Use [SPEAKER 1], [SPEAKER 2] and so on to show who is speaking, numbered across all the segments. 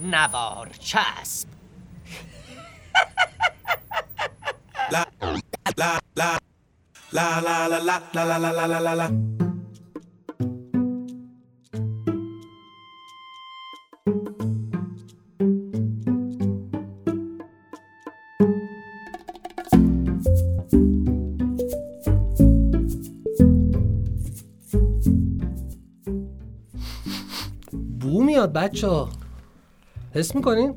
[SPEAKER 1] نوار چسب
[SPEAKER 2] La la la la la la la la la la la la la la
[SPEAKER 3] بو میاد بچه ها حس میکنین؟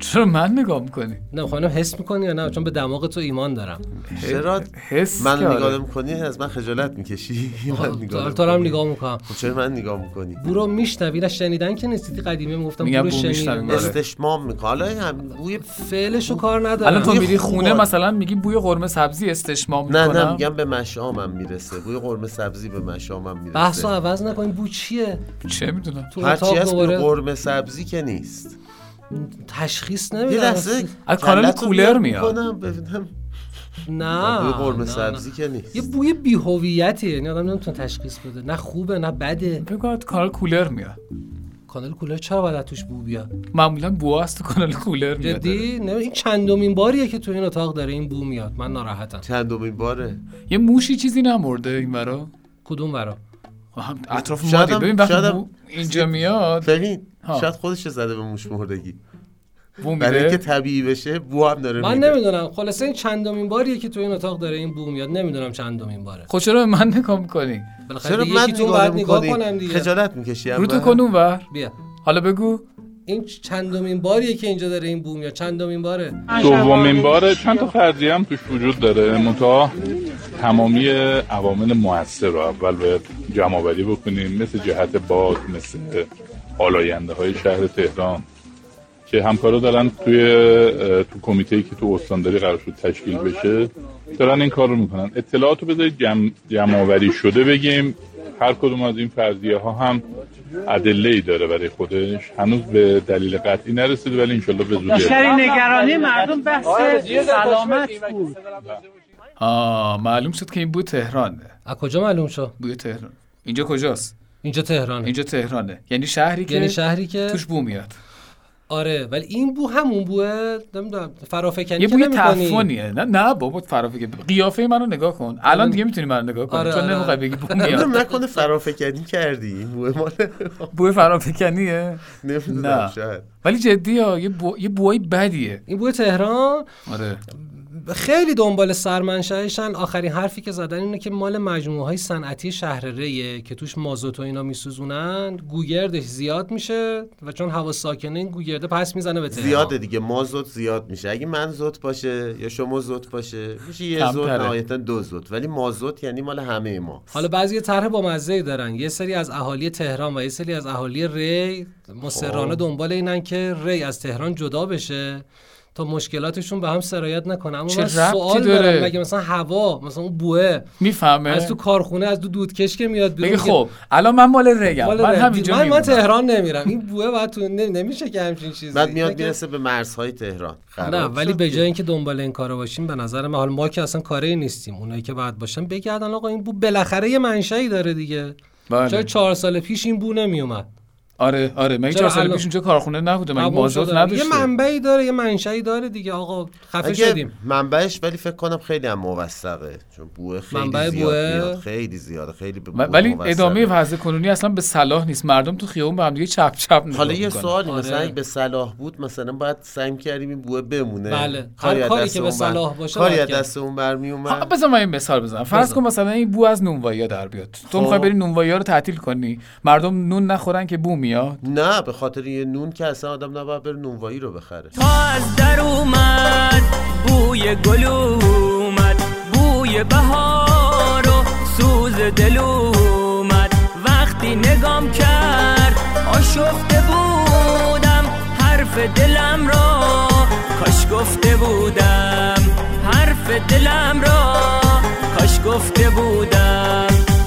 [SPEAKER 4] چرا من نگاه میکنی؟
[SPEAKER 3] نه خانم حس میکنی یا نه چون به دماغ تو ایمان دارم
[SPEAKER 5] چرا
[SPEAKER 4] حس
[SPEAKER 5] من
[SPEAKER 4] کرده.
[SPEAKER 5] نگاه نمی‌کنی از من خجالت میکشی من نگاه
[SPEAKER 3] تو رو هم
[SPEAKER 5] نمی‌کنی.
[SPEAKER 3] نگاه میکنم
[SPEAKER 5] خب چرا من نگاه میکنی
[SPEAKER 3] بو رو میشنوی نه شنیدن که نیستی قدیمی میگفتم
[SPEAKER 4] میگم
[SPEAKER 3] بو رو
[SPEAKER 4] بو میشنوی.
[SPEAKER 3] شنیدن
[SPEAKER 4] آره.
[SPEAKER 5] استشمام میکنه حالا این هم بوی
[SPEAKER 3] فعلشو کار ندارم
[SPEAKER 4] الان تو
[SPEAKER 5] بوی
[SPEAKER 4] میری
[SPEAKER 5] خوب
[SPEAKER 4] خونه
[SPEAKER 5] آدم.
[SPEAKER 4] مثلا میگی بوی قرمه سبزی استشمام
[SPEAKER 5] نه
[SPEAKER 4] میکنم
[SPEAKER 5] نه میگم به مشامم میرسه بوی قرمه سبزی به مشامم میرسه
[SPEAKER 3] بحثو عوض نکنین بو چیه
[SPEAKER 4] چه میدونم
[SPEAKER 3] تو
[SPEAKER 5] هرچی
[SPEAKER 3] اتاق
[SPEAKER 5] هست بوی
[SPEAKER 3] دوباره
[SPEAKER 5] قرمه سبزی که نیست
[SPEAKER 3] تشخیص
[SPEAKER 5] یه
[SPEAKER 3] نمیدم
[SPEAKER 5] لحظه
[SPEAKER 4] از کانال
[SPEAKER 5] کلت رو
[SPEAKER 4] کولر
[SPEAKER 5] بیاد
[SPEAKER 4] میاد.
[SPEAKER 5] می‌کنم ببینم
[SPEAKER 3] نه
[SPEAKER 5] بوی
[SPEAKER 3] نه،
[SPEAKER 5] قرمه
[SPEAKER 3] نه.
[SPEAKER 5] سبزی که نیست
[SPEAKER 3] یه بوی بیهویتیه یعنی آدم نمیتونه تشخیص بده نه خوبه نه بده
[SPEAKER 4] بگو کانال کولر میاد
[SPEAKER 3] کانال کولر چرا باید از توش بو بیاد
[SPEAKER 4] معمولا بوها از تو کانال کولر میاد
[SPEAKER 3] جدی نه این چندمین باریه که تو این اتاق داره این بو میاد من ناراحتم
[SPEAKER 5] چندمین باره
[SPEAKER 4] یه موشی چیزی نمورده این ورا
[SPEAKER 3] کدوم ورا
[SPEAKER 4] هم اطراف
[SPEAKER 5] شاید
[SPEAKER 4] ما دید.
[SPEAKER 5] هم-
[SPEAKER 4] ببین وقتی
[SPEAKER 5] شاید هم-
[SPEAKER 4] بو اینجا میاد
[SPEAKER 5] ببین
[SPEAKER 4] ها.
[SPEAKER 5] شاید خودش زده به موش مردگی
[SPEAKER 4] بو
[SPEAKER 5] برای اینکه
[SPEAKER 4] میده
[SPEAKER 5] طبیعی بشه بو هم داره
[SPEAKER 3] من
[SPEAKER 5] میده.
[SPEAKER 3] نمیدونم خلاصه این چندمین باریه که تو این اتاق داره این بو میاد نمیدونم چندمین باره
[SPEAKER 4] خب چرا به من نگاه میکنی
[SPEAKER 3] بالاخره
[SPEAKER 5] چرا
[SPEAKER 3] دیگه
[SPEAKER 5] من
[SPEAKER 3] یکی تو
[SPEAKER 5] نگاه
[SPEAKER 3] بعد نگاه کنم
[SPEAKER 5] نمی‌کنی
[SPEAKER 3] دیگه
[SPEAKER 5] خجالت میکشی
[SPEAKER 4] رو تو کن ور
[SPEAKER 3] بیا
[SPEAKER 4] حالا بگو
[SPEAKER 3] این چندمین باریه که اینجا داره این بو میاد چندمین باره
[SPEAKER 6] دومین بار چند تا فرضیه هم توش وجود داره منتها تمامی عوامل موثر رو اول به جمع آوری بکنیم مثل جهت باد مثل آلاینده های شهر تهران که همکارا دارن توی اه، تو کمیته که تو استانداری قرار شد تشکیل بشه دارن این کار رو میکنن اطلاعات رو بذارید جمع, جمع آوری شده بگیم هر کدوم از این فرضیه ها هم ادله ای داره برای خودش هنوز به دلیل قطعی نرسیده ولی انشالله به زودی
[SPEAKER 7] بیشترین نگرانی مردم بحث سلامت بود
[SPEAKER 4] آه معلوم شد که این بوی تهرانه
[SPEAKER 3] از کجا معلوم شد
[SPEAKER 4] بوی تهران اینجا کجاست
[SPEAKER 3] اینجا تهرانه
[SPEAKER 4] اینجا تهرانه یعنی شهری
[SPEAKER 3] یعنی
[SPEAKER 4] که
[SPEAKER 3] شهری که
[SPEAKER 4] توش بو میاد
[SPEAKER 3] آره ولی این بو همون بوه نمیدونم فرافکنی
[SPEAKER 4] یه
[SPEAKER 3] که
[SPEAKER 4] بوی
[SPEAKER 3] نمی‌کنی.
[SPEAKER 4] تعفنیه نه نه بابا فرافی قیافه منو نگاه کن الان دیگه میتونی منو نگاه کنی
[SPEAKER 3] آره،
[SPEAKER 4] چون
[SPEAKER 3] آره.
[SPEAKER 4] نمیخوای بگی بو
[SPEAKER 5] نمی‌دونم
[SPEAKER 4] میاد
[SPEAKER 5] نکنه فرافکنی کردی این بوه مال خب،
[SPEAKER 4] بوی فرافکنیه
[SPEAKER 5] نمیدونم
[SPEAKER 4] نه.
[SPEAKER 5] شاید
[SPEAKER 4] ولی جدی ها یه بو... یه بوهای بدیه
[SPEAKER 3] این بوی تهران
[SPEAKER 4] آره
[SPEAKER 3] خیلی دنبال سرمنشهشن آخرین حرفی که زدن اینه که مال مجموعه های صنعتی شهر ریه که توش مازوت و اینا میسوزونن گوگردش زیاد میشه و چون هوا ساکنه این گوگرده پس میزنه به تهران
[SPEAKER 5] زیاده دیگه ما زود زیاد میشه اگه من زود باشه یا شما زود باشه میشه یه زود
[SPEAKER 4] کمتره.
[SPEAKER 5] نهایتا دو زود ولی ما زود یعنی مال همه ما
[SPEAKER 3] حالا بعضی یه طرح با مزه دارن یه سری از اهالی تهران و یه سری از اهالی ری مصرانه دنبال اینن که ری از تهران جدا بشه تا مشکلاتشون به هم سرایت نکنه اما
[SPEAKER 4] چه
[SPEAKER 3] من
[SPEAKER 4] ربطی
[SPEAKER 3] سوال
[SPEAKER 4] داره؟
[SPEAKER 3] دارم مگه مثلا هوا مثلا اون بوه
[SPEAKER 4] میفهمه
[SPEAKER 3] از تو کارخونه از تو دودکش که میاد بیرون
[SPEAKER 4] بگی
[SPEAKER 3] که
[SPEAKER 4] خب الان من مال ریم
[SPEAKER 3] مال
[SPEAKER 4] من
[SPEAKER 3] ره.
[SPEAKER 4] همینجا
[SPEAKER 3] من, من
[SPEAKER 4] میمونم
[SPEAKER 3] تهران نمیرم این بوه باید تو نمی- نمیشه که همچین چیزی
[SPEAKER 5] بعد میاد
[SPEAKER 3] اینه که-
[SPEAKER 5] میرسه به مرزهای تهران خراب
[SPEAKER 3] نه ولی
[SPEAKER 5] شد
[SPEAKER 3] به
[SPEAKER 5] دیگه.
[SPEAKER 3] جای اینکه دنبال این کارا باشیم به نظر من حالا ما که اصلا کاری نیستیم اونایی که بعد باشن بگردن آقا این بو بالاخره یه منشأی داره دیگه
[SPEAKER 4] بله.
[SPEAKER 3] چرا چهار سال پیش این بو نمیومد
[SPEAKER 4] آره آره مگه
[SPEAKER 3] چرا
[SPEAKER 4] چهار سال
[SPEAKER 3] الان؟
[SPEAKER 4] پیش اونجا کارخونه نبوده مگه
[SPEAKER 3] قبول
[SPEAKER 4] مازاد
[SPEAKER 3] شدن. یه
[SPEAKER 4] نداشته
[SPEAKER 3] منبعی داره یه منشأی داره دیگه آقا خفه
[SPEAKER 5] اگه
[SPEAKER 3] شدیم
[SPEAKER 5] منبعش ولی فکر کنم خیلی هم موثقه چون بوه خیلی
[SPEAKER 3] منبع
[SPEAKER 5] زیاد
[SPEAKER 3] بوه؟
[SPEAKER 5] میاد خیلی زیاده خیلی به
[SPEAKER 4] و-
[SPEAKER 5] بوه
[SPEAKER 4] ولی
[SPEAKER 5] موثقه.
[SPEAKER 4] ادامه وضع کنونی اصلا به صلاح نیست مردم تو خیابون به هم دیگه چپ چپ نگاه
[SPEAKER 5] حالا یه
[SPEAKER 4] می‌کنن.
[SPEAKER 5] سوالی مثلا
[SPEAKER 3] آره.
[SPEAKER 5] اگه به صلاح بود مثلا باید سعی کردیم این بوه بمونه
[SPEAKER 3] بله. هر
[SPEAKER 5] از
[SPEAKER 3] کاری
[SPEAKER 5] دست
[SPEAKER 3] که به
[SPEAKER 5] اون بر-
[SPEAKER 3] صلاح باشه
[SPEAKER 5] کاری
[SPEAKER 3] باید
[SPEAKER 5] از
[SPEAKER 3] کرد.
[SPEAKER 5] دست اون برمی
[SPEAKER 4] آه،
[SPEAKER 5] اومد
[SPEAKER 4] بذار من یه مثال بزنم فرض
[SPEAKER 3] بزن.
[SPEAKER 4] کن مثلا این بو از نونوایی در بیاد تو میخوای
[SPEAKER 5] خب.
[SPEAKER 4] بری نونوایی رو تعطیل کنی مردم نون نخورن که بو میاد
[SPEAKER 5] نه به خاطر یه نون که اصلا آدم نباید بره نونوایی رو بخره
[SPEAKER 7] تا از در اومد بوی گل اومد بوی بهار و سوز دل اومد وقتی نگام کرد آشفته بودم حرف دلم را کاش گفته بودم حرف دلم را کاش گفته بودم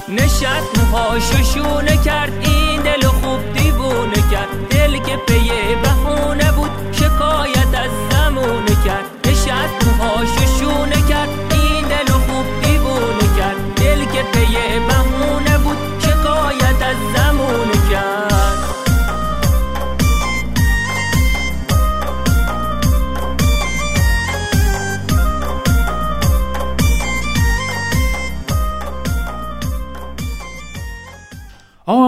[SPEAKER 7] نشست موهاشو شونه کرد این دل خوب دیوونه کرد دل که پی بهونه بود شکایت از زمونه کرد نشست موهاشو شونه کرد این دل خوب دیوونه کرد دل که پی بهونه بود شکایت از زمونه کرد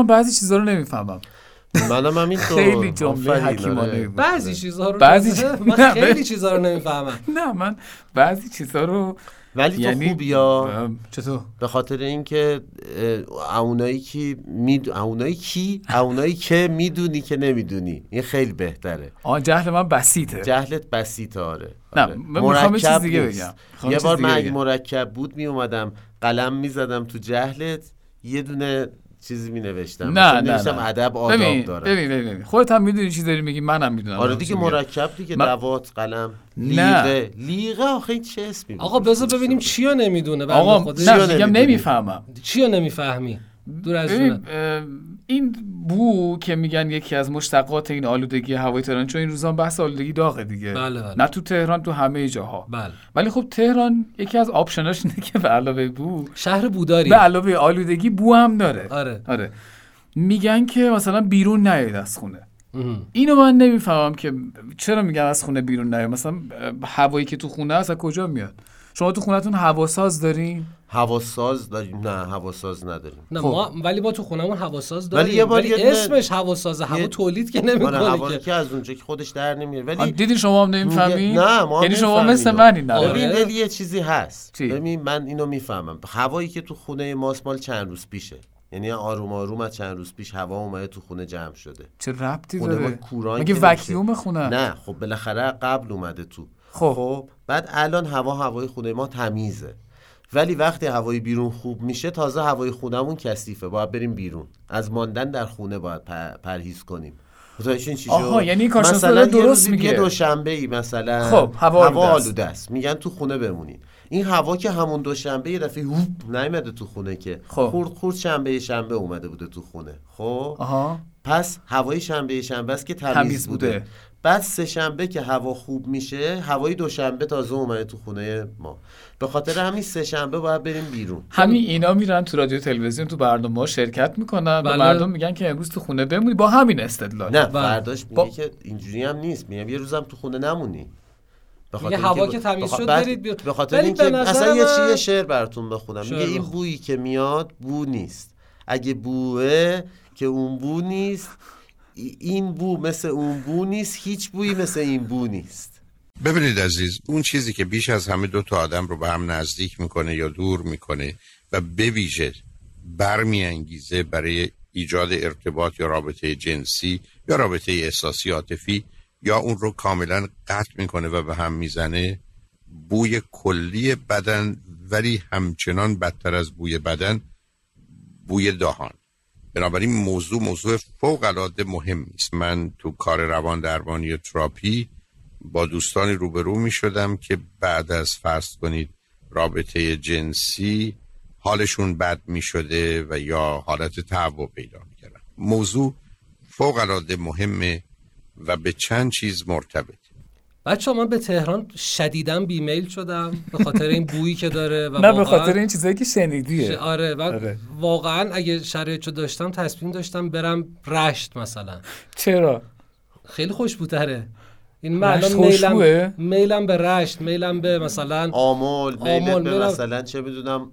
[SPEAKER 4] بعضی چیزا رو نمیفهمم
[SPEAKER 5] منم همین تو
[SPEAKER 4] خیلی جمله
[SPEAKER 5] خب، آفرین، آره.
[SPEAKER 4] حکیمانه بود.
[SPEAKER 3] بعضی چیزها رو
[SPEAKER 4] بله. بعضی
[SPEAKER 3] بعضی
[SPEAKER 4] چیز-
[SPEAKER 3] من
[SPEAKER 4] نه، بله.
[SPEAKER 3] خیلی
[SPEAKER 4] ببین.
[SPEAKER 3] چیزها رو نمیفهمم
[SPEAKER 4] نه من بعضی چیزا رو
[SPEAKER 5] ولی تو
[SPEAKER 4] یعنی
[SPEAKER 5] خوبی یا
[SPEAKER 4] ام، چطور
[SPEAKER 5] به خاطر اینکه اه، اونایی کی می اونایی کی اونایی که میدونی که نمیدونی این خیلی بهتره
[SPEAKER 4] آن جهل من بسیطه
[SPEAKER 5] جهلت بسیط آره
[SPEAKER 4] نه،
[SPEAKER 5] آره.
[SPEAKER 4] من می‌خوام یه چیز
[SPEAKER 5] مرکب
[SPEAKER 4] دیگه
[SPEAKER 5] نیست.
[SPEAKER 4] بگم. می‌خوام
[SPEAKER 5] یه
[SPEAKER 4] یه چیز
[SPEAKER 5] بار من
[SPEAKER 4] دیگه
[SPEAKER 5] اگه
[SPEAKER 4] بگم.
[SPEAKER 5] مرکب بود می اومدم قلم می زدم تو جهلت یه دونه چیزی می نوشتم
[SPEAKER 4] نه نه نه.
[SPEAKER 5] ادب آداب
[SPEAKER 4] ببین
[SPEAKER 5] دارم
[SPEAKER 4] ببین ببین ببین. خودت هم میدونی چی داری میگی منم میدونم
[SPEAKER 5] آره دیگه مرکب دیگه
[SPEAKER 4] من-
[SPEAKER 5] دوات قلم
[SPEAKER 4] نه.
[SPEAKER 5] لیغه لیغه آخه این چه اسمی بود؟
[SPEAKER 3] آقا بذار ببینیم چیا نمیدونه بله، بنده
[SPEAKER 4] آقا
[SPEAKER 3] خدا.
[SPEAKER 4] نه
[SPEAKER 5] چیا
[SPEAKER 4] میگم
[SPEAKER 5] نمی‌دونی؟
[SPEAKER 4] نمیفهمم
[SPEAKER 3] چیا نمیفهمی دور از جونه
[SPEAKER 4] ببین اه، این بو که میگن یکی از مشتقات این آلودگی هوای تهران چون این روزان بحث آلودگی داغه دیگه
[SPEAKER 3] بله، بله.
[SPEAKER 4] نه تو تهران تو همه جاها
[SPEAKER 3] بله
[SPEAKER 4] ولی خب تهران یکی از آپشناش اینه که به علاوه بو
[SPEAKER 3] شهر بوداری
[SPEAKER 4] به علاوه آلودگی بو هم داره
[SPEAKER 3] آره.
[SPEAKER 4] آره میگن که مثلا بیرون نیاید از خونه
[SPEAKER 3] ام.
[SPEAKER 4] اینو من نمیفهمم که چرا میگن از خونه بیرون نیاید مثلا اه، هوایی که تو خونه هست از کجا میاد شما تو خونهتون هواساز دارین
[SPEAKER 5] هواساز داریم نه هواساز نداریم
[SPEAKER 3] نه
[SPEAKER 4] خب.
[SPEAKER 3] ما ولی ما تو خونمون هواساز
[SPEAKER 5] ولی
[SPEAKER 3] داریم ولی,
[SPEAKER 5] یه بار یه دونه-
[SPEAKER 3] اسمش هواساز هوا
[SPEAKER 5] یه-
[SPEAKER 3] تولید که
[SPEAKER 5] آره هوا
[SPEAKER 3] نمیکنه که
[SPEAKER 5] که از اونجا که خودش در نمیاره
[SPEAKER 4] آه،
[SPEAKER 5] ولی
[SPEAKER 4] دیدی شما هم نمیفهمین
[SPEAKER 5] نه، ما هم
[SPEAKER 4] یعنی شما
[SPEAKER 5] نمی‌فهمیم.
[SPEAKER 4] مثل من این
[SPEAKER 3] آره.
[SPEAKER 4] نداره
[SPEAKER 5] ببین ولی یه چیزی هست
[SPEAKER 4] چی؟
[SPEAKER 5] ببین من اینو میفهمم هوایی که تو خونه ماست مال چند روز پیشه یعنی آروم آروم از چند روز پیش هوا اومده تو خونه جمع شده
[SPEAKER 4] چه ربطی
[SPEAKER 5] خونه ما
[SPEAKER 4] داره
[SPEAKER 5] کوران
[SPEAKER 4] مگه
[SPEAKER 5] که نمیشه.
[SPEAKER 4] وکیوم خونه
[SPEAKER 5] نه خب بالاخره قبل اومده تو
[SPEAKER 4] خب.
[SPEAKER 5] بعد الان هوا هوای خونه ما تمیزه ولی وقتی هوای بیرون خوب میشه تازه هوای خونهمون کثیفه باید بریم بیرون از ماندن در خونه باید پر- پرهیز کنیم خدا ایشون چی
[SPEAKER 4] آها،
[SPEAKER 5] شد؟
[SPEAKER 4] یعنی این کارشناس
[SPEAKER 5] مثلا
[SPEAKER 4] داره
[SPEAKER 5] یه
[SPEAKER 4] درست
[SPEAKER 5] روزی دیگه
[SPEAKER 4] میگه.
[SPEAKER 5] دوشنبه ای مثلا
[SPEAKER 4] خب، هوا آلوده است.
[SPEAKER 5] آلوده است میگن تو خونه بمونین این هوا که همون دوشنبه یه دفعه هوب نیومده تو خونه که
[SPEAKER 4] خب.
[SPEAKER 5] خورد خورد شنبه شنبه اومده بوده تو خونه خب
[SPEAKER 4] آها
[SPEAKER 5] پس هوای شنبه شنبه است که تمیز,
[SPEAKER 4] تمیز
[SPEAKER 5] بوده.
[SPEAKER 4] بوده.
[SPEAKER 5] بعد سه شنبه که هوا خوب میشه هوای دوشنبه تازه اومده تو خونه ما به خاطر همین سه شنبه باید بریم بیرون
[SPEAKER 4] همین اینا میرن تو رادیو تلویزیون تو برنامه ها شرکت میکنن
[SPEAKER 3] بله.
[SPEAKER 4] و مردم میگن که امروز تو خونه بمونی با همین استدلال
[SPEAKER 5] نه
[SPEAKER 3] بله.
[SPEAKER 5] فرداش میگه
[SPEAKER 4] با-
[SPEAKER 5] که اینجوری هم نیست میگم یه روزم تو خونه نمونی به
[SPEAKER 3] میگه هوا
[SPEAKER 5] اینکه-
[SPEAKER 3] که تمیز
[SPEAKER 5] بخ-
[SPEAKER 3] شد
[SPEAKER 5] بعد-
[SPEAKER 3] برید بیرون.
[SPEAKER 5] به خاطر
[SPEAKER 3] ولی
[SPEAKER 5] اینکه
[SPEAKER 3] به نظر
[SPEAKER 5] اصلا یه
[SPEAKER 3] من-
[SPEAKER 5] چیه شعر براتون بخونم میگه
[SPEAKER 3] شعر
[SPEAKER 5] این
[SPEAKER 3] بخون.
[SPEAKER 5] بویی که میاد بو نیست اگه بوه که اون بو نیست ای- این بو مثل اون بو نیست هیچ بویی مثل این بو نیست
[SPEAKER 8] ببینید عزیز اون چیزی که بیش از همه دو تا آدم رو به هم نزدیک میکنه یا دور میکنه و به ویژه برمیانگیزه برای ایجاد ارتباط یا رابطه جنسی یا رابطه احساسی عاطفی یا اون رو کاملا قطع میکنه و به هم میزنه بوی کلی بدن ولی همچنان بدتر از بوی بدن بوی دهان بنابراین موضوع موضوع فوق العاده مهمی است من تو کار روان درمانی و تراپی با دوستانی روبرو می شدم که بعد از فرض کنید رابطه جنسی حالشون بد می شده و یا حالت تعو پیدا می کردن موضوع فوق العاده مهمه و به چند چیز مرتبط
[SPEAKER 3] بچه من به تهران شدیداً بیمیل شدم به خاطر این بویی که داره و
[SPEAKER 4] نه
[SPEAKER 3] واقعاً-
[SPEAKER 4] به خاطر این چیزایی که شنیدیه
[SPEAKER 3] آره و
[SPEAKER 4] آره.
[SPEAKER 3] واقعا اگه شرایط رو داشتم تصمیم داشتم برم رشت مثلا
[SPEAKER 4] چرا
[SPEAKER 3] خیلی خوشبوتره این من
[SPEAKER 4] رشت
[SPEAKER 3] الان میلم
[SPEAKER 4] خوشبوه؟
[SPEAKER 3] میلم به رشت میلم به مثلا
[SPEAKER 5] آمول میلت
[SPEAKER 3] آمل،
[SPEAKER 5] به
[SPEAKER 3] میلم.
[SPEAKER 5] مثلا چه میدونم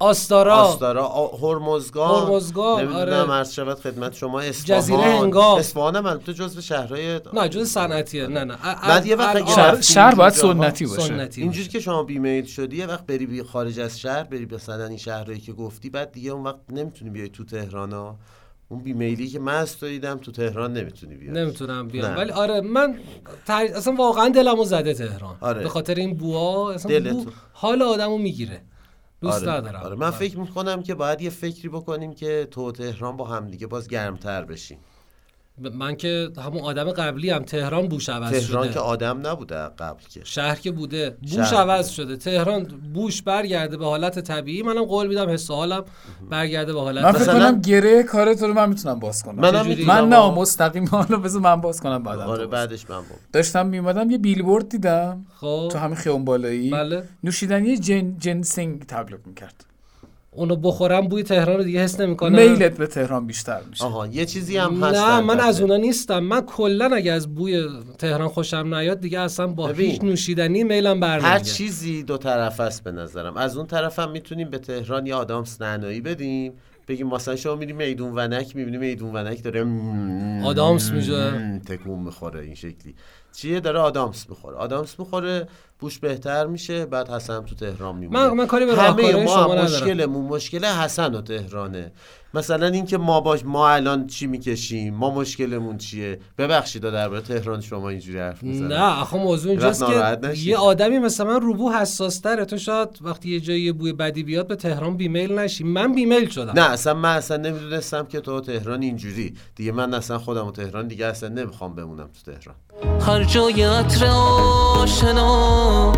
[SPEAKER 3] آستارا
[SPEAKER 5] آستارا آ- هرمزگان
[SPEAKER 3] هرمزگان،
[SPEAKER 5] نمیدونم
[SPEAKER 3] آره.
[SPEAKER 5] عرض شود خدمت شما اصفهان
[SPEAKER 3] جزیره هنگام.
[SPEAKER 5] اصفهان هم البته جزو شهرهای
[SPEAKER 3] نه جز صنعتیه نه نه ا-
[SPEAKER 5] بعد یه وقت
[SPEAKER 3] الان
[SPEAKER 5] اگه
[SPEAKER 4] شهر,
[SPEAKER 5] رفتی
[SPEAKER 4] شهر باید
[SPEAKER 5] اونجاها،
[SPEAKER 4] سنتی باشه
[SPEAKER 3] سنتی
[SPEAKER 5] اینجوری
[SPEAKER 3] باشه.
[SPEAKER 5] که شما بیمیل شدی یه وقت بری بی خارج از شهر بری مثلا این شهرهایی که گفتی بعد دیگه اون وقت نمیتونی بیای تو تهران ها اون بیمیلی که من از تو دیدم تو تهران نمیتونی بیای
[SPEAKER 3] نمیتونم بیام
[SPEAKER 5] نه.
[SPEAKER 3] ولی آره من تر- اصلا واقعا دلمو زده تهران
[SPEAKER 5] آره.
[SPEAKER 3] به خاطر این بوها اصلا
[SPEAKER 5] دلتو.
[SPEAKER 3] بو حال آدمو میگیره دوست
[SPEAKER 5] آره.
[SPEAKER 3] ندارم
[SPEAKER 5] آره من فکر میکنم که باید یه فکری بکنیم که تو و تهران با همدیگه باز گرمتر بشیم
[SPEAKER 3] ب- من که همون آدم قبلی هم تهران بوش عوض
[SPEAKER 5] تهران
[SPEAKER 3] شده
[SPEAKER 5] که آدم نبوده قبل که
[SPEAKER 3] شهر که بوده بوش
[SPEAKER 5] شهر
[SPEAKER 3] عوض شده تهران بوش برگرده به حالت طبیعی منم قول میدم حس و حالم برگرده به حالت
[SPEAKER 4] من فکر
[SPEAKER 5] مثلا-
[SPEAKER 4] کنم گره کار تو رو من میتونم باز کنم
[SPEAKER 5] منم
[SPEAKER 4] چجوری؟
[SPEAKER 5] میتونم،
[SPEAKER 4] من نه
[SPEAKER 5] آقا.
[SPEAKER 4] مستقیم حالا بذار من باز کنم بعدا تو
[SPEAKER 5] آره
[SPEAKER 4] باز.
[SPEAKER 5] بعدش من با
[SPEAKER 4] داشتم میومدم یه بیلبورد دیدم
[SPEAKER 3] خب.
[SPEAKER 4] تو همین خیابون بالایی
[SPEAKER 3] بله.
[SPEAKER 4] نوشیدنی جن جنسینگ تبلیغ میکرد
[SPEAKER 3] اونو بخورم بوی تهران رو دیگه حس نمیکنم
[SPEAKER 4] میلت به تهران بیشتر میشه
[SPEAKER 5] آها یه چیزی هم هست
[SPEAKER 3] نه من
[SPEAKER 5] البته.
[SPEAKER 3] از اونا نیستم من کلا اگه از بوی تهران خوشم نیاد دیگه اصلا با
[SPEAKER 5] ببین.
[SPEAKER 3] هیچ نوشیدنی میلم
[SPEAKER 5] هر
[SPEAKER 3] برنمیگرده
[SPEAKER 5] چیزی دو طرف است به نظرم از اون طرف هم میتونیم به تهران یه آدم سننایی بدیم بگیم مثلا شما میری میدون ونک میبینی میدون ونک داره
[SPEAKER 3] آدامس می‌جوه.
[SPEAKER 5] مم، تکون میخوره این شکلی چیه داره آدامس میخوره آدامس میخوره بوش بهتر میشه بعد حسن تو تهران میمونه
[SPEAKER 3] من- من کاری به
[SPEAKER 5] همه
[SPEAKER 3] راهکارهای
[SPEAKER 5] ما
[SPEAKER 3] شما
[SPEAKER 5] هم
[SPEAKER 3] ندارم.
[SPEAKER 5] مشکلمون مشکل حسن و تهرانه مثلا اینکه ما باش ما الان چی میکشیم ما مشکلمون چیه ببخشید آ، درباره تهران شما اینجوری حرف میزنید
[SPEAKER 3] نه آخه موضوع اینجاست
[SPEAKER 5] وقت ناراحت
[SPEAKER 3] که
[SPEAKER 5] نشی.
[SPEAKER 3] یه آدمی مثل من روبو حساس تو شاید وقتی یه جایی یه بوی بدی بیاد به تهران بیمیل نشی من بیمیل شدم
[SPEAKER 5] نه اصلا من اصلا نمیدونستم که تو تهران اینجوری دیگه من اصلا خودم و تهران دیگه اصلا نمیخوام بمونم تو تهران
[SPEAKER 7] هر جای عطر آشنا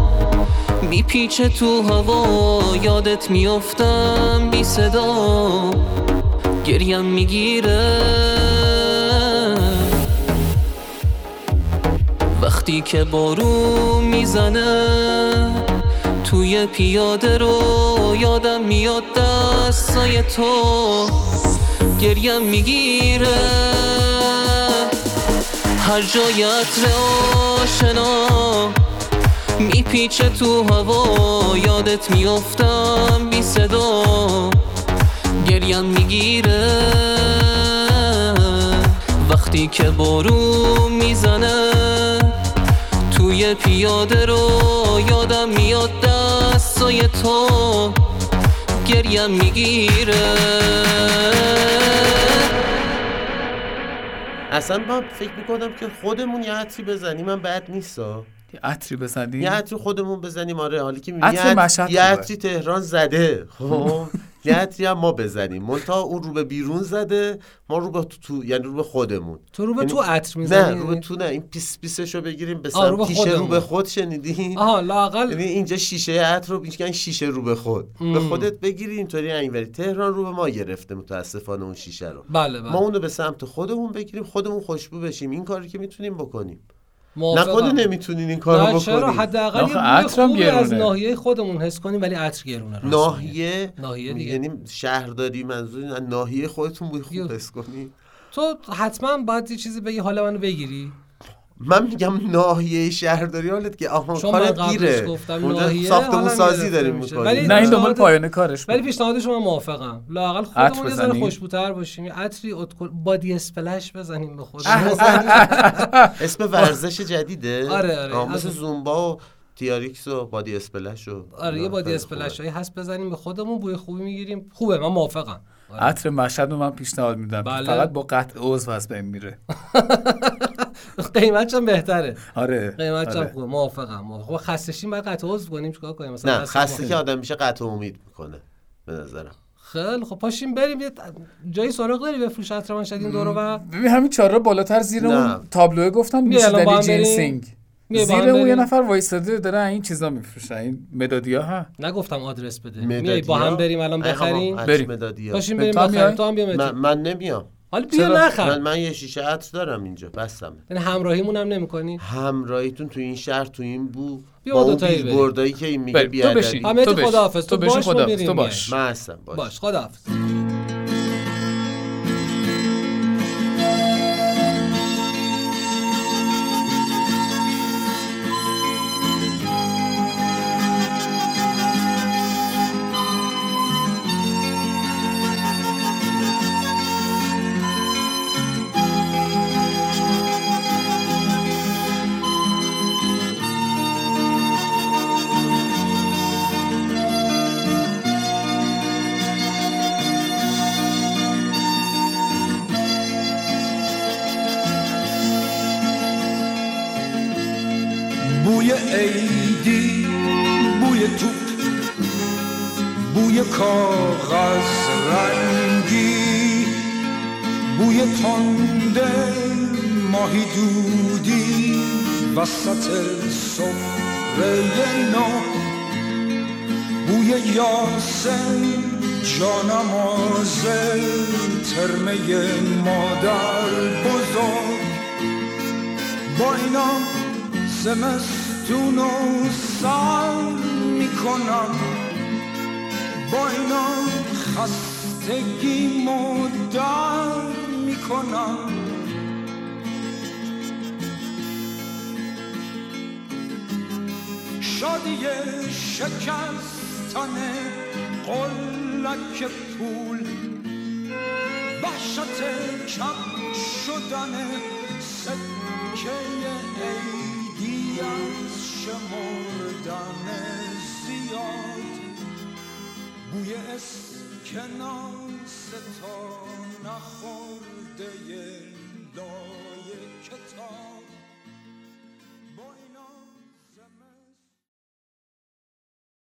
[SPEAKER 7] میپیچه تو هوا یادت میافتم بی صدا گریم میگیره وقتی که بارون میزنه توی پیاده رو یادم میاد دستای تو گریم میگیره هر جای عطر آشنا میپیچه تو هوا یادت میافتم بی صدا گریم میگیره وقتی که بارون میزنه توی پیاده رو یادم میاد دستای تو گریم میگیره
[SPEAKER 5] اصلا من فکر میکنم که خودمون یه عطری بزنیم من بد نیستا
[SPEAKER 4] یه عطری بزنی
[SPEAKER 5] یه عطری خودمون بزنیم آره حالا که می‌بینی
[SPEAKER 4] عطر
[SPEAKER 5] یه عط-
[SPEAKER 4] مشهد
[SPEAKER 5] یه
[SPEAKER 4] خوبه.
[SPEAKER 5] عطری تهران زده خب یه عطری هم ما بزنیم منتها اون رو به بیرون زده ما رو به تو, تو- یعنی رو به خودمون
[SPEAKER 3] تو رو به
[SPEAKER 5] یعنی-
[SPEAKER 3] تو عطر
[SPEAKER 5] نه
[SPEAKER 3] میزنی
[SPEAKER 5] رو به تو نه این پیس پیسش رو بگیریم به
[SPEAKER 3] آه، رو به
[SPEAKER 5] سمتیش رو
[SPEAKER 3] خودمون.
[SPEAKER 5] به خود شنیدی
[SPEAKER 3] آها لاقل
[SPEAKER 5] یعنی اینجا شیشه عطر رو میگن شیشه رو به خود به خودت بگیری اینطوری اینوری تهران رو به ما گرفته متاسفانه اون شیشه رو
[SPEAKER 3] بله
[SPEAKER 5] ما
[SPEAKER 3] بله
[SPEAKER 5] اونو به سمت خودمون بگیریم خودمون خوشبو بشیم این کاری که میتونیم بکنیم نه
[SPEAKER 3] موافقم.
[SPEAKER 5] خود نمیتونین این کارو
[SPEAKER 3] نه
[SPEAKER 5] بکنید
[SPEAKER 3] چرا حداقل
[SPEAKER 4] آخه
[SPEAKER 3] یه بوی
[SPEAKER 4] عطرم
[SPEAKER 3] خوبی از
[SPEAKER 4] گرونه.
[SPEAKER 3] ناحیه خودمون حس کنیم ولی عطر گرونه راست میگی.
[SPEAKER 5] ناحیه
[SPEAKER 3] ناحیه دیگه.
[SPEAKER 5] یعنی شهرداری منظور اینه، از ناحیه خودتون بوی
[SPEAKER 3] یو.
[SPEAKER 5] خوب حس کنی
[SPEAKER 3] تو حتما باید یه چیزی بگی حالا منو بگیری
[SPEAKER 5] من میگم ناحیه شهرداری حالت که آها
[SPEAKER 3] چون من
[SPEAKER 5] کارت
[SPEAKER 3] قبلش
[SPEAKER 5] گیره
[SPEAKER 3] گفتم
[SPEAKER 5] اونجا
[SPEAKER 3] ناحیه
[SPEAKER 5] ساختمون
[SPEAKER 3] حالم
[SPEAKER 5] سازی
[SPEAKER 3] گرفته
[SPEAKER 5] داریم
[SPEAKER 3] میشه.
[SPEAKER 5] میکنیم
[SPEAKER 3] ولی
[SPEAKER 4] نه این دنبال
[SPEAKER 3] پیشنهاد-
[SPEAKER 4] پایان کارش بود.
[SPEAKER 3] ولی پیشنهاد شما موافقم لاقل
[SPEAKER 4] عطر
[SPEAKER 3] خودمون یه ذره
[SPEAKER 4] بزنیم.
[SPEAKER 3] خوشبوتر باشیم یه عطری اتکل بادی اسپلش بزنیم به خودمون
[SPEAKER 5] اسم ورزش جدیده
[SPEAKER 3] آره، آره.
[SPEAKER 5] آه، مثل
[SPEAKER 3] از-
[SPEAKER 5] زومبا و تیاریکس و بادی اسپلش و
[SPEAKER 3] آره یه
[SPEAKER 5] اینا
[SPEAKER 3] بادی
[SPEAKER 5] خیلی
[SPEAKER 3] اسپلش
[SPEAKER 5] خوبه.
[SPEAKER 3] هایی هست بزنیم به خودمون بوی خوبی میگیریم خوبه من موافقم آره.
[SPEAKER 4] عطر مشهد رو من پیشنهاد میدم
[SPEAKER 3] بله.
[SPEAKER 4] فقط با قطع عضو از بین میره
[SPEAKER 3] قیمتش هم بهتره
[SPEAKER 4] آره
[SPEAKER 3] قیمتش هم
[SPEAKER 4] آره.
[SPEAKER 3] خوبه موافقم موافقم خب خستشیم بعد قطع عضو کنیم چیکار کنیم مثلا
[SPEAKER 5] نه
[SPEAKER 3] خسته
[SPEAKER 5] خسته
[SPEAKER 3] کنیم.
[SPEAKER 5] که آدم میشه قطع امید میکنه به نظرم
[SPEAKER 3] خیلی خب پاشیم بریم یه جایی سراغ داری بفروش عطر من شدیم دورو و
[SPEAKER 4] ببین همین چهار را بالاتر زیر
[SPEAKER 5] نه.
[SPEAKER 4] اون تابلوه گفتم
[SPEAKER 3] بیا الان با
[SPEAKER 4] نوشیدنی
[SPEAKER 3] هم بریم.
[SPEAKER 4] جنسینگ
[SPEAKER 3] بیا با هم
[SPEAKER 4] زیر اون یه
[SPEAKER 3] بریم.
[SPEAKER 4] نفر وایستاده داره این چیزا میفروشه این مدادیا ها
[SPEAKER 3] نگفتم آدرس بده میای
[SPEAKER 5] مدادیا؟
[SPEAKER 3] با هم بریم الان
[SPEAKER 5] ای خب، بابا،
[SPEAKER 3] بخریم
[SPEAKER 5] عطر
[SPEAKER 4] بریم.
[SPEAKER 5] مدادیا.
[SPEAKER 3] پاشیم
[SPEAKER 4] به
[SPEAKER 3] بریم
[SPEAKER 4] تو
[SPEAKER 3] بخریم تو هم
[SPEAKER 4] هم میای؟
[SPEAKER 3] بیا متی.
[SPEAKER 5] من, من نمیام
[SPEAKER 3] حالا بیا
[SPEAKER 5] من,
[SPEAKER 3] نخر
[SPEAKER 5] من یه شیشه عطر دارم اینجا بستمه
[SPEAKER 3] یعنی همراهیمون هم نمی‌کنی
[SPEAKER 5] همراهیتون تو این شهر تو این بو
[SPEAKER 3] بیا
[SPEAKER 5] با
[SPEAKER 3] ما
[SPEAKER 5] اون
[SPEAKER 3] دوتایی بریم.
[SPEAKER 5] بیلبوردایی که این میگه
[SPEAKER 4] بریم. تو بشین.
[SPEAKER 5] بیادبی
[SPEAKER 3] حمید
[SPEAKER 4] تو بشین.
[SPEAKER 3] خداحافظ تو
[SPEAKER 4] تو بشین،
[SPEAKER 3] باش ما
[SPEAKER 4] خداحافظ.
[SPEAKER 3] میریم
[SPEAKER 4] تو
[SPEAKER 3] میای.
[SPEAKER 4] باش.
[SPEAKER 5] من هستم باش,
[SPEAKER 3] باش خداحافظ
[SPEAKER 2] بوی عیدی بوی توپ بوی کاغذ رنگی بوی تنده ماهی دودی وسط صفره نو بوی یاسم جانمازه ترمه مادر بزرگ با اینا زمستون و سر میکنم با اینا خستگی مدر میکنم شادی شکستن قلک پول وحشت کم شدن سکه عیدی از شمردن زیاد بوی اسکناس تا نخورده لای کتاب